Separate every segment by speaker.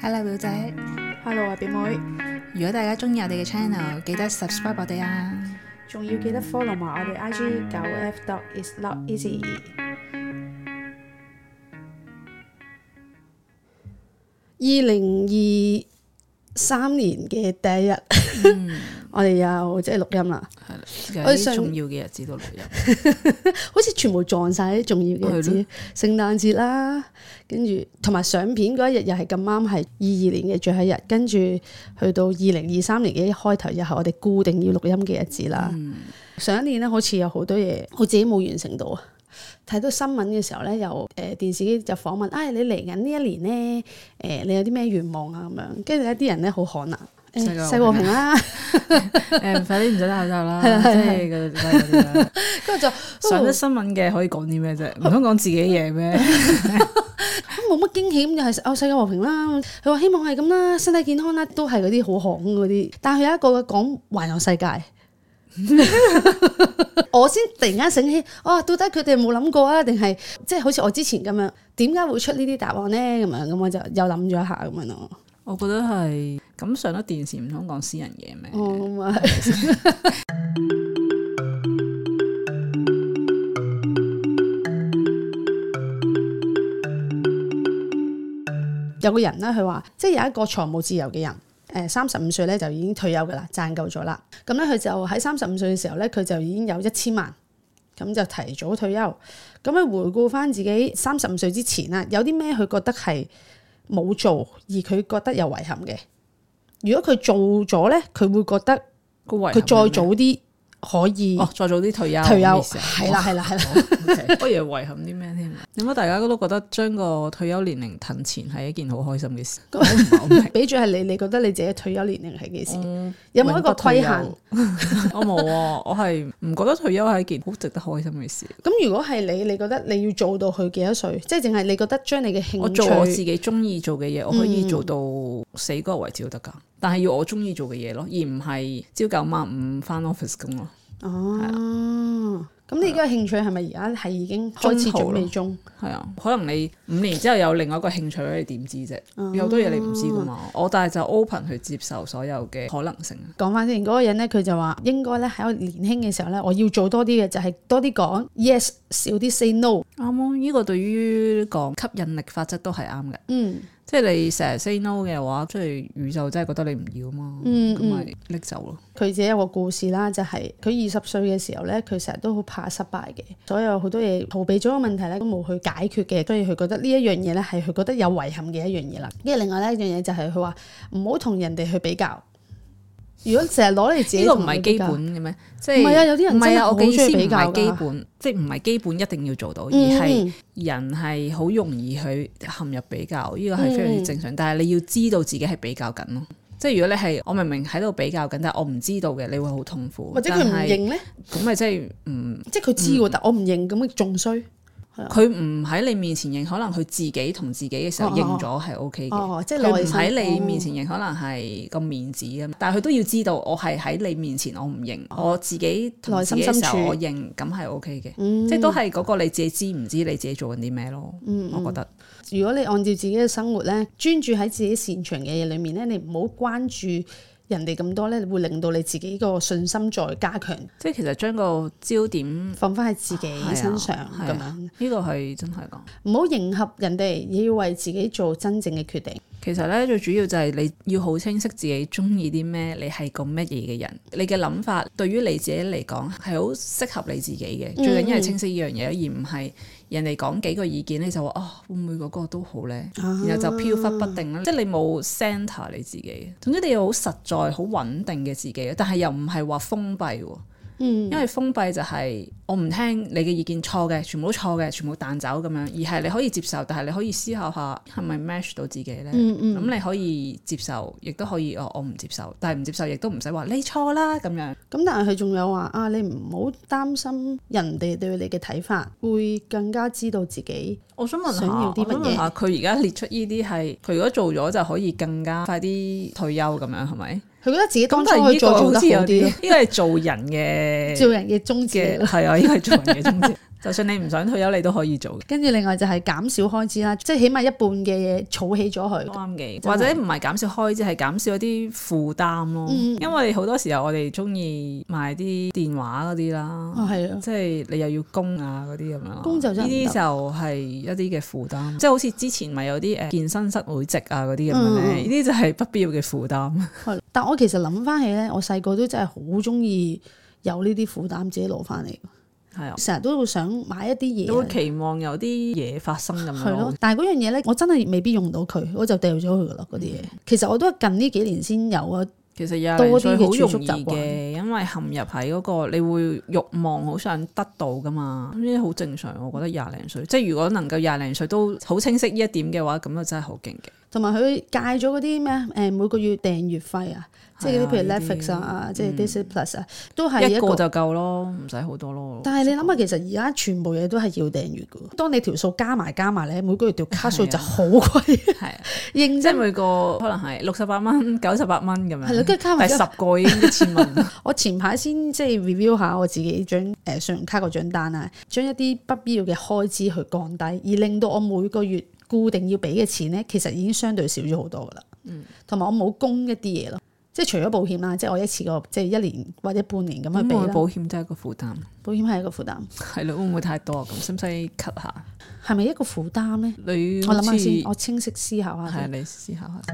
Speaker 1: Hello 表姐，
Speaker 2: Hello 啊，表妹，
Speaker 1: 如果大家中意我哋嘅 channel，記得 subscribe 我哋啊！
Speaker 2: 仲要記得 follow 埋我哋 IG 九 F dot is not easy。
Speaker 3: 二零二三年嘅第一日， 我哋又即係錄音啦，
Speaker 1: 嗯係
Speaker 3: 我哋上
Speaker 1: 要嘅日子都錄音，
Speaker 3: 好似全部撞晒啲重要嘅日
Speaker 1: 係
Speaker 3: 子，聖誕節啦，跟住同埋相片嗰一日又係咁啱係二二年嘅最後一日，跟住去到二零二三年嘅一開頭又係我哋固定要錄音嘅日子啦。
Speaker 1: 嗯
Speaker 3: 上一年咧好似有好多嘢我自己冇完成到啊。睇到新聞嘅時候咧，又誒、呃、電視機就訪問，唉、你嚟緊呢一年咧，誒、你有啲咩願望啊咁樣？跟住有啲人咧好可能，
Speaker 1: 世
Speaker 3: 誒、
Speaker 1: 界和啊
Speaker 3: 世和平啦，
Speaker 1: 誒快啲唔使戴口罩啦，
Speaker 3: 係啦
Speaker 1: 即
Speaker 3: 係啦
Speaker 1: 係嗰啲嗰啲 啦
Speaker 3: 跟住就哦
Speaker 1: 上咗新聞嘅可以講啲咩啫？唔通講自己嘢咩？
Speaker 3: 都啊冇乜驚喜，咁又係哦世界和平啦。佢話希望係咁啦，身體健康啦，都係嗰啲好行嗰啲。但係佢有一個講環遊世界。 我先突然間醒起，哦，到底佢哋有冇諗過啊？定係即係好似我之前咁樣，點解會出呢啲答案呢？咁樣咁我就又諗咗一下咁樣咯。
Speaker 1: 哦
Speaker 4: 我覺得係咁上得電視唔通講私人嘢咩？
Speaker 3: 哦，咁啊， 有個人咧，佢話即係有一個財務自由嘅人。誒三十五歲咧就已經退休㗎啦，賺夠咗啦。咁咧佢就喺三十五歲嘅時候咧，佢就已經有一千萬，咁就提早退休。咁佢回顧翻自己三十五歲之前啦，有啲咩佢覺得係冇做，而佢覺得有遺憾嘅。如果佢做咗咧，佢會覺得
Speaker 4: 個遺憾
Speaker 3: 佢
Speaker 4: 係
Speaker 3: 再
Speaker 4: 咩
Speaker 3: 早啲可以
Speaker 4: 哦，再早啲退休，
Speaker 3: 退休，
Speaker 4: 咩意思啊
Speaker 3: 係啦係啦係 啦。。
Speaker 4: 哦，OK 我 以為遺憾啲咩添？點解大家都覺得將個退休年齡騰前係一件好開心嘅 事？我唔係好明
Speaker 3: 俾住係你，你覺得你自己退休年齡係幾時？
Speaker 4: 嗯
Speaker 3: 有冇一個規限？
Speaker 4: 永我冇啊，我係唔覺得退休係一件好值得開心嘅事。
Speaker 3: 咁如果係你，你覺得你要做到去幾多歲？即係淨係你覺得將你嘅興趣，
Speaker 4: 我做我自己中意做嘅嘢，我可以做到死嗰個位置都得㗎。但係要我中意做嘅嘢咯，而唔係朝九晚五翻 office 咁咯。
Speaker 3: 哦。啊咁你而家興趣係咪而家係已經開始準備中？
Speaker 4: 係啊，可能你五年之後有另外一個興趣，你點知啫？有好多嘢你唔知噶嘛。我但係就 open 去接受所有嘅可能性啊。
Speaker 3: 講翻先，嗰、個人咧，佢就話應該咧喺我年輕嘅時候咧，我要做多啲嘅就係多啲講 yes，少啲 say no。
Speaker 4: 啱啊，呢個對於講吸引力法則都係啱嘅。
Speaker 3: 嗯
Speaker 4: 即係你成日 say no 嘅話，即係宇宙真係覺得你唔要啊嘛，
Speaker 3: 嗯
Speaker 4: 咁
Speaker 3: 嗯
Speaker 4: 咪。拎走咯。
Speaker 3: 佢自己有個故事啦，就係佢二十歲嘅時候咧，佢成日都好怕失敗嘅，所有好多嘢逃避咗個問題咧，都冇去解決嘅，所以佢覺得呢一樣嘢咧係佢覺得有遺憾嘅一樣嘢啦。跟住另外咧一樣嘢就係佢話唔好同人哋去比較。如果成日攞你自己
Speaker 4: 呢個唔
Speaker 3: 同人
Speaker 4: 係
Speaker 3: 比
Speaker 4: 基
Speaker 3: 較
Speaker 4: 本，嘅咩？即係
Speaker 3: 唔係啊有啲人
Speaker 4: 唔係
Speaker 3: 真係
Speaker 4: 啊，
Speaker 3: 好
Speaker 4: 我嘅意思
Speaker 3: 鍾意比
Speaker 4: 唔
Speaker 3: 較㗎
Speaker 4: 係基本，即係唔係基本一定要做到，而
Speaker 3: 嗯
Speaker 4: 係。人係好容易去陷入比較，呢個係非常之
Speaker 3: 嗯
Speaker 4: 正常。但係你要知道自己係比較緊咯。即係如果你係我明明喺度比較緊，但係我唔知道嘅，你會好痛苦。
Speaker 3: 或者佢唔
Speaker 4: 但係嗯
Speaker 3: 認咧，
Speaker 4: 咁咪即係唔
Speaker 3: 即係佢知喎，但我唔認咁咪仲衰。
Speaker 4: 佢唔喺你面前認，可能佢自己同自己嘅時候
Speaker 3: 哦
Speaker 4: 認咗係 O K 嘅。
Speaker 3: 哦，即係
Speaker 4: 佢
Speaker 3: 內
Speaker 4: 唔
Speaker 3: 心
Speaker 4: 喺你面
Speaker 3: 哦
Speaker 4: 前認，可能係個面子咁，但係佢都要知道我係喺你面前，我唔認，我自己同自己嘅時
Speaker 3: 內心深
Speaker 4: 候
Speaker 3: 處
Speaker 4: 我認，咁係 O K 嘅，即係都係嗰個你自己知唔知你自己做緊啲咩咯？我覺得。
Speaker 3: 如果你按照自己嘅生活咧，專注喺自己擅長嘅嘢裏面咧，你唔好關注人哋咁多咧，會令到你自己個信心再加強，
Speaker 4: 即係其實將個焦點
Speaker 3: 放翻喺自己
Speaker 4: 係啊
Speaker 3: 身上咁
Speaker 4: 係啊
Speaker 3: 樣，
Speaker 4: 呢個係真係㗎。
Speaker 3: 唔好迎合人哋，而要為自己做真正嘅決定。
Speaker 4: 其實咧，最主要就係你要好清晰自己中意啲咩，你係個乜嘢嘅人，你嘅諗法對於你自己嚟講係好適合你自己嘅。最緊要係清晰呢樣嘢，而唔係人哋講幾個意見你就話啊、會唔會嗰個都好咧？然後就飄忽不定啦，即係你冇 centre 你自己。總之你要好實在、好穩定嘅自己，但係又唔係話封閉喎。因
Speaker 3: 嗯
Speaker 4: 為封閉就係我唔聽你嘅意見錯嘅，全部都錯嘅，全部彈走咁樣，而係你可以接受，但係你可以思考下係咪 match 到自己呢？咁、
Speaker 3: 嗯
Speaker 4: 你可以接受，亦都可以哦，我唔接受，但係唔接受亦都唔使話你錯啦咁樣。
Speaker 3: 咁但係佢仲有話啊，你唔好擔心人哋對你嘅睇法，會更加知道自己。
Speaker 4: 我想問下，
Speaker 3: 想要啲
Speaker 4: 我想
Speaker 3: 乜嘢
Speaker 4: 問下啊佢而家列出呢啲係佢如果做咗就可以更加快啲退休咁樣係咪？
Speaker 3: 佢覺得自己當初
Speaker 4: 但係
Speaker 3: 可
Speaker 4: 呢
Speaker 3: 以
Speaker 4: 個
Speaker 3: 再做
Speaker 4: 好
Speaker 3: 得
Speaker 4: 似有
Speaker 3: 好
Speaker 4: 啲，呢
Speaker 3: 啲咯，
Speaker 4: 個係做人嘅
Speaker 3: 做人嘅宗旨
Speaker 4: 嘅
Speaker 3: 嚟
Speaker 4: 啊
Speaker 3: 咯。
Speaker 4: 係啊，呢個係做人嘅宗旨。就算你唔想退休，你都可以做嘅。
Speaker 3: 跟住另外就係減少開支啦，即係起碼一半嘅嘢儲起咗佢。
Speaker 4: 啱嘅，
Speaker 3: 真係
Speaker 4: 或者唔係減少開支，係減少一啲負擔咯。
Speaker 3: 嗯
Speaker 4: 因為好多時候我哋中意買啲電話嗰啲啦，
Speaker 3: 哦，係啊，
Speaker 4: 即係你又要供啊嗰啲咁樣，
Speaker 3: 供就真
Speaker 4: 呢
Speaker 3: 係唔得
Speaker 4: 啲就係一啲嘅負擔，即係好似之前咪有啲誒呃健身室會籍啊嗰啲咁樣咧，
Speaker 3: 嗯
Speaker 4: 呢啲、就係不必要嘅負擔。
Speaker 3: 係。啊但我其實諗翻起咧，我細個都真係好中意有呢啲負擔自己攞翻嚟，
Speaker 4: 係啊，
Speaker 3: 成日都會想買一啲
Speaker 4: 你
Speaker 3: 嘢
Speaker 4: 會
Speaker 3: 嚟。
Speaker 4: 期望有啲嘢發生咁
Speaker 3: 啊
Speaker 4: 樣
Speaker 3: 係咯
Speaker 4: 咯。，
Speaker 3: 但係嗰樣嘢咧，我真係未必用到佢，我就掉咗佢噶啦嗰啲
Speaker 4: 嗯
Speaker 3: 嘢。其實我都係近呢幾年先有啊，
Speaker 4: 其實有
Speaker 3: 多
Speaker 4: 人
Speaker 3: 啲嘅
Speaker 4: 最好容
Speaker 3: 儲蓄習
Speaker 4: 易
Speaker 3: 慣
Speaker 4: 嘅，因為陷入喺嗰、個你會慾望好想得到噶嘛，呢啲好正常。我覺得廿零歲，即係如果能夠廿零歲都好清晰呢一點嘅話，咁就真係好勁嘅。
Speaker 3: 同埋佢戒咗嗰啲咩誒每個月訂閱費啊，即係嗰啲譬如
Speaker 4: 係啊呢啲
Speaker 3: Netflix 啊，即係 Disney Plus 啊，都係
Speaker 4: 一
Speaker 3: 一
Speaker 4: 個
Speaker 3: 個。
Speaker 4: 就夠咯，唔使好多咯。
Speaker 3: 但係你諗下，其實而家全部嘢都係要訂閱嘅。當你條數加埋加埋咧，每個月條卡數
Speaker 4: 係啊
Speaker 3: 就好 貴，
Speaker 4: 係啊
Speaker 3: 認
Speaker 4: 即係
Speaker 3: 真
Speaker 4: 每個可能係六十八蚊、九十八蚊咁
Speaker 3: 係啦。
Speaker 4: 樣，
Speaker 3: 跟住加埋
Speaker 4: 第
Speaker 3: 之
Speaker 4: 十
Speaker 3: 後
Speaker 4: 個已經一千 蚊。
Speaker 3: 我前排先即係 review 下我自己張誒信用卡個張單啊，將一啲不必要嘅開支去降低，而令到我每個月固定要俾嘅錢咧，其實已經相對少咗好多噶啦。
Speaker 4: 嗯
Speaker 3: 同埋我冇供一啲嘢咯，即係除咗保險啊啦，即係我一次過即係一年或者半年咁去
Speaker 4: 咁
Speaker 3: 俾
Speaker 4: 會
Speaker 3: 啦。
Speaker 4: 保險真係一個負擔，
Speaker 3: 保險係一個負擔，
Speaker 4: 係咯，會唔會太多啊咁？使唔使 cut 下？
Speaker 3: 係咪一個負擔咧？
Speaker 4: 你
Speaker 3: 我
Speaker 4: 好
Speaker 3: 諗
Speaker 4: 似
Speaker 3: 下先，我清晰思考下
Speaker 4: 係啊
Speaker 3: 先。
Speaker 4: 你思考下。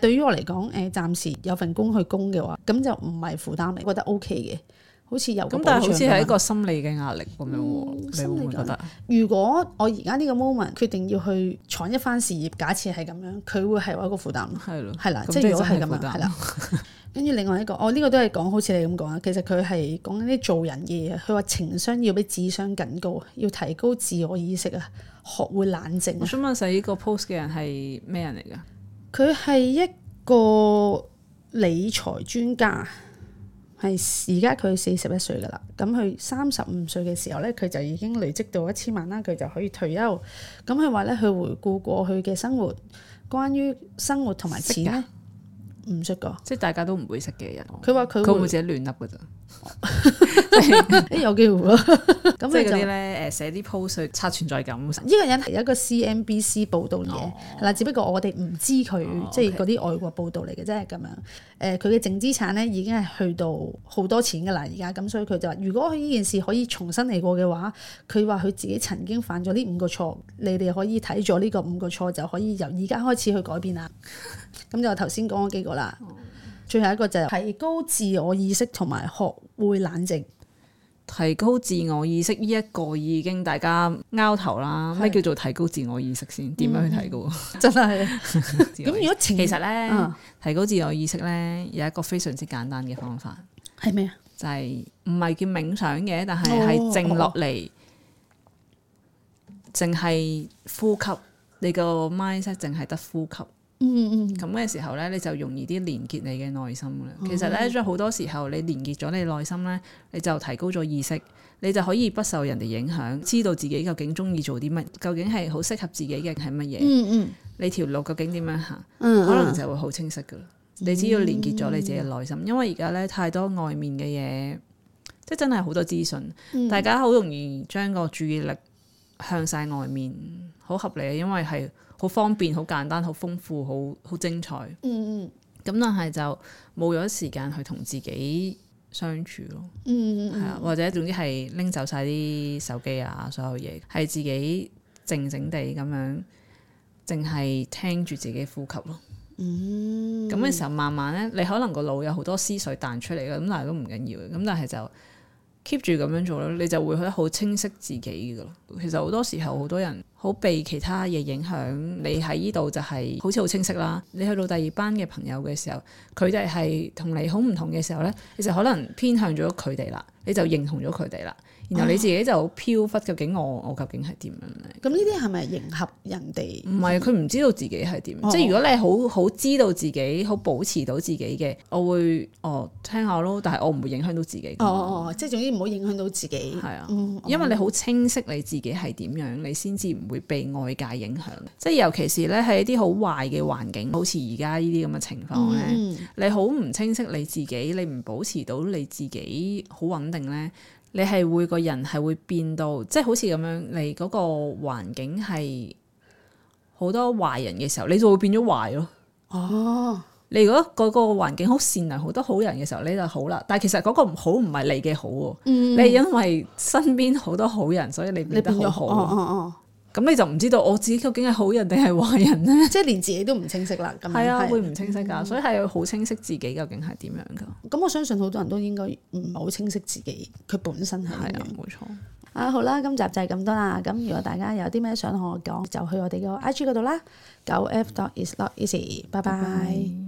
Speaker 3: 對於我嚟講，誒、呃暫時有份工去供嘅話，咁就唔係負擔嚟，覺得 O K 嘅，好似有個
Speaker 4: 咁但係
Speaker 3: 保
Speaker 4: 好
Speaker 3: 障嗯
Speaker 4: 似係一
Speaker 3: 咁樣
Speaker 4: 個心理嘅壓力咁樣喎，你會唔會覺得？
Speaker 3: 如果我而家呢個 moment 決定要去闖一番事業，假設係咁樣，佢會係我一個負擔咯，
Speaker 4: 係咯，
Speaker 3: 係啦，
Speaker 4: 咁
Speaker 3: 即係
Speaker 4: 即係
Speaker 3: 如果係
Speaker 4: 真
Speaker 3: 咁
Speaker 4: 係
Speaker 3: 樣，
Speaker 4: 負擔
Speaker 3: 係啦。跟住另外一個，我、哦呢個都係講好似你咁講啊，其實佢係講緊啲做人嘅嘢。佢話情商要比智商更高，啊要提高自我意識啊，學會冷靜
Speaker 4: 我
Speaker 3: 啊。
Speaker 4: 想問寫呢個 post 嘅人係咩人嚟㗎？
Speaker 3: 佢係一個理財專家，係而家佢四十一歲噶啦。咁佢三十五歲嘅時候咧，佢就已經累積到一千萬啦，佢就可以退休。咁佢話咧，佢回顧過去嘅生活，關於生活同埋錢啊咧，唔識噶。
Speaker 4: 即係大家都唔會識嘅人。
Speaker 3: 佢話佢
Speaker 4: 佢會唔
Speaker 3: 會
Speaker 4: 會自己亂笠㗎咋？
Speaker 3: 誒哎有機會咯。咁
Speaker 4: 咁係
Speaker 3: 佢
Speaker 4: 嗰
Speaker 3: 就
Speaker 4: 啲咧誒寫啲 post 去刷存在感。
Speaker 3: 呢個人係有一個 CNBC 報導嘢，係啦、只不過我哋唔知佢、
Speaker 4: 哦
Speaker 3: 即係
Speaker 4: OK
Speaker 3: 嗰啲外國報導嚟嘅啫咁樣。誒，佢嘅淨資產咧已經係去到好多錢㗎啦，而家咁，所以佢就話：如果佢呢件事可以重新嚟過嘅話，佢話佢自己曾經犯咗呢五個錯，你哋可以睇咗呢個五個錯就可以由而家開始去改 變啦。咁就頭先講嗰幾個啦。最後一個就係提高自我意識同埋學會冷靜。
Speaker 4: 提高自我意識呢一個已經大家拗頭啦。
Speaker 3: 係
Speaker 4: 咩叫做提高自我意識先？點樣去提高？
Speaker 3: 真係
Speaker 4: 咁
Speaker 3: 咁，如果情
Speaker 4: 啊其實咧，
Speaker 3: 嗯
Speaker 4: 提高自我意識咧有一個非常之簡單嘅方法，
Speaker 3: 係咩啊？
Speaker 4: 就係唔係叫冥想嘅，但係
Speaker 3: 哦
Speaker 4: 係靜落嚟，淨係呼吸。你個 mindset 淨係得呼吸，
Speaker 3: 嗯嗯哦嗯，
Speaker 4: 咁嘅時候咧，你就容易啲連結你嘅內心啦。其實咧，即係好多時候你連結咗你內心咧，你就提高咗意識，你就可以不受人哋影響，知道自己究竟中意做啲乜，究竟係好適合自己嘅係乜嘢，
Speaker 3: 嗯嗯
Speaker 4: 你條路究竟點樣行，
Speaker 3: 嗯，
Speaker 4: 可能就會好清晰噶啦。你只要連結咗你自己嘅內心，因為而家咧太多外面嘅嘢，即係真係好多資訊，
Speaker 3: 嗯
Speaker 4: 大家好容易將個注意力向晒外面，好合理，啊因為係好方便、好簡單、好豐富、好好精彩。
Speaker 3: 嗯嗯
Speaker 4: 咁但係就冇咗時間去同自己相處咯，
Speaker 3: 嗯
Speaker 4: 係啊、或者總之係拎走晒啲手機啊，所有嘢係自己靜靜地咁樣，淨係聽住自己呼吸咯。
Speaker 3: 嗯
Speaker 4: 咁嘅、時候慢慢咧，你可能個腦有好多思緒彈出嚟嘅，咁但係都唔緊要嘅。咁但係就 keep 住咁樣做咯，你就會覺得好清晰自己嘅咯。其實好多時候好多人好被其他嘢影響，你喺呢度就係好似好清晰啦。你去到第二班嘅朋友嘅時候，佢哋係同你好唔同嘅時候咧，你就可能偏向咗佢哋啦，你就認同咗佢哋啦，然
Speaker 3: 啊
Speaker 4: 後你自己就好飄忽，究竟我我究竟係點樣咧？
Speaker 3: 咁呢啲係咪迎合人哋？
Speaker 4: 唔係，佢唔知道自己係點。
Speaker 3: 嗯哦
Speaker 4: 即係如果你好好知道自己，好保持到自己嘅，我會哦聽下咯，但係我唔會影響到自己。
Speaker 3: 哦哦，哦，即係總之唔好影響到自己。
Speaker 4: 係啊，
Speaker 3: 嗯，
Speaker 4: 因為你好清晰你自己係點樣，你先至唔會會被外界影響，即係尤其是咧喺一啲好壞嘅環境，好似而家呢啲咁嘅情況咧。
Speaker 3: 嗯
Speaker 4: 你好唔清晰你自己，你唔保持到你自己好穩定咧，你係會個人係會變到，即係好似咁樣，你嗰個環境係好多壞人嘅時候，你就會變咗壞咯。
Speaker 3: 哦，
Speaker 4: 你如果嗰個環境好善良、好多好人嘅時候，你就好啦。但係其實嗰個唔好唔係你嘅好喎，
Speaker 3: 嗯
Speaker 4: 你係因為身邊好多好人，所以你
Speaker 3: 你
Speaker 4: 變
Speaker 3: 變
Speaker 4: 得
Speaker 3: 咗
Speaker 4: 好
Speaker 3: 哦哦
Speaker 4: 好。
Speaker 3: 哦，
Speaker 4: 咁、你就唔知道我自己究竟係好人定係壞人咧？
Speaker 3: 即係連自己都唔清晰啦。咁樣
Speaker 4: 係啊，
Speaker 3: 係嗯
Speaker 4: 會唔清晰㗎，所以係要好清晰自己究竟係點樣㗎。
Speaker 3: 咁我相信好多人都應該唔係好清晰自己佢本身係點
Speaker 4: 係
Speaker 3: 樣
Speaker 4: 啊。，冇錯。
Speaker 3: 啊，好啦，今集就係咁多啦。咁如果大家有啲咩想同我講，就去我哋個 I G 嗰度啦。九 F dot is not easy。拜拜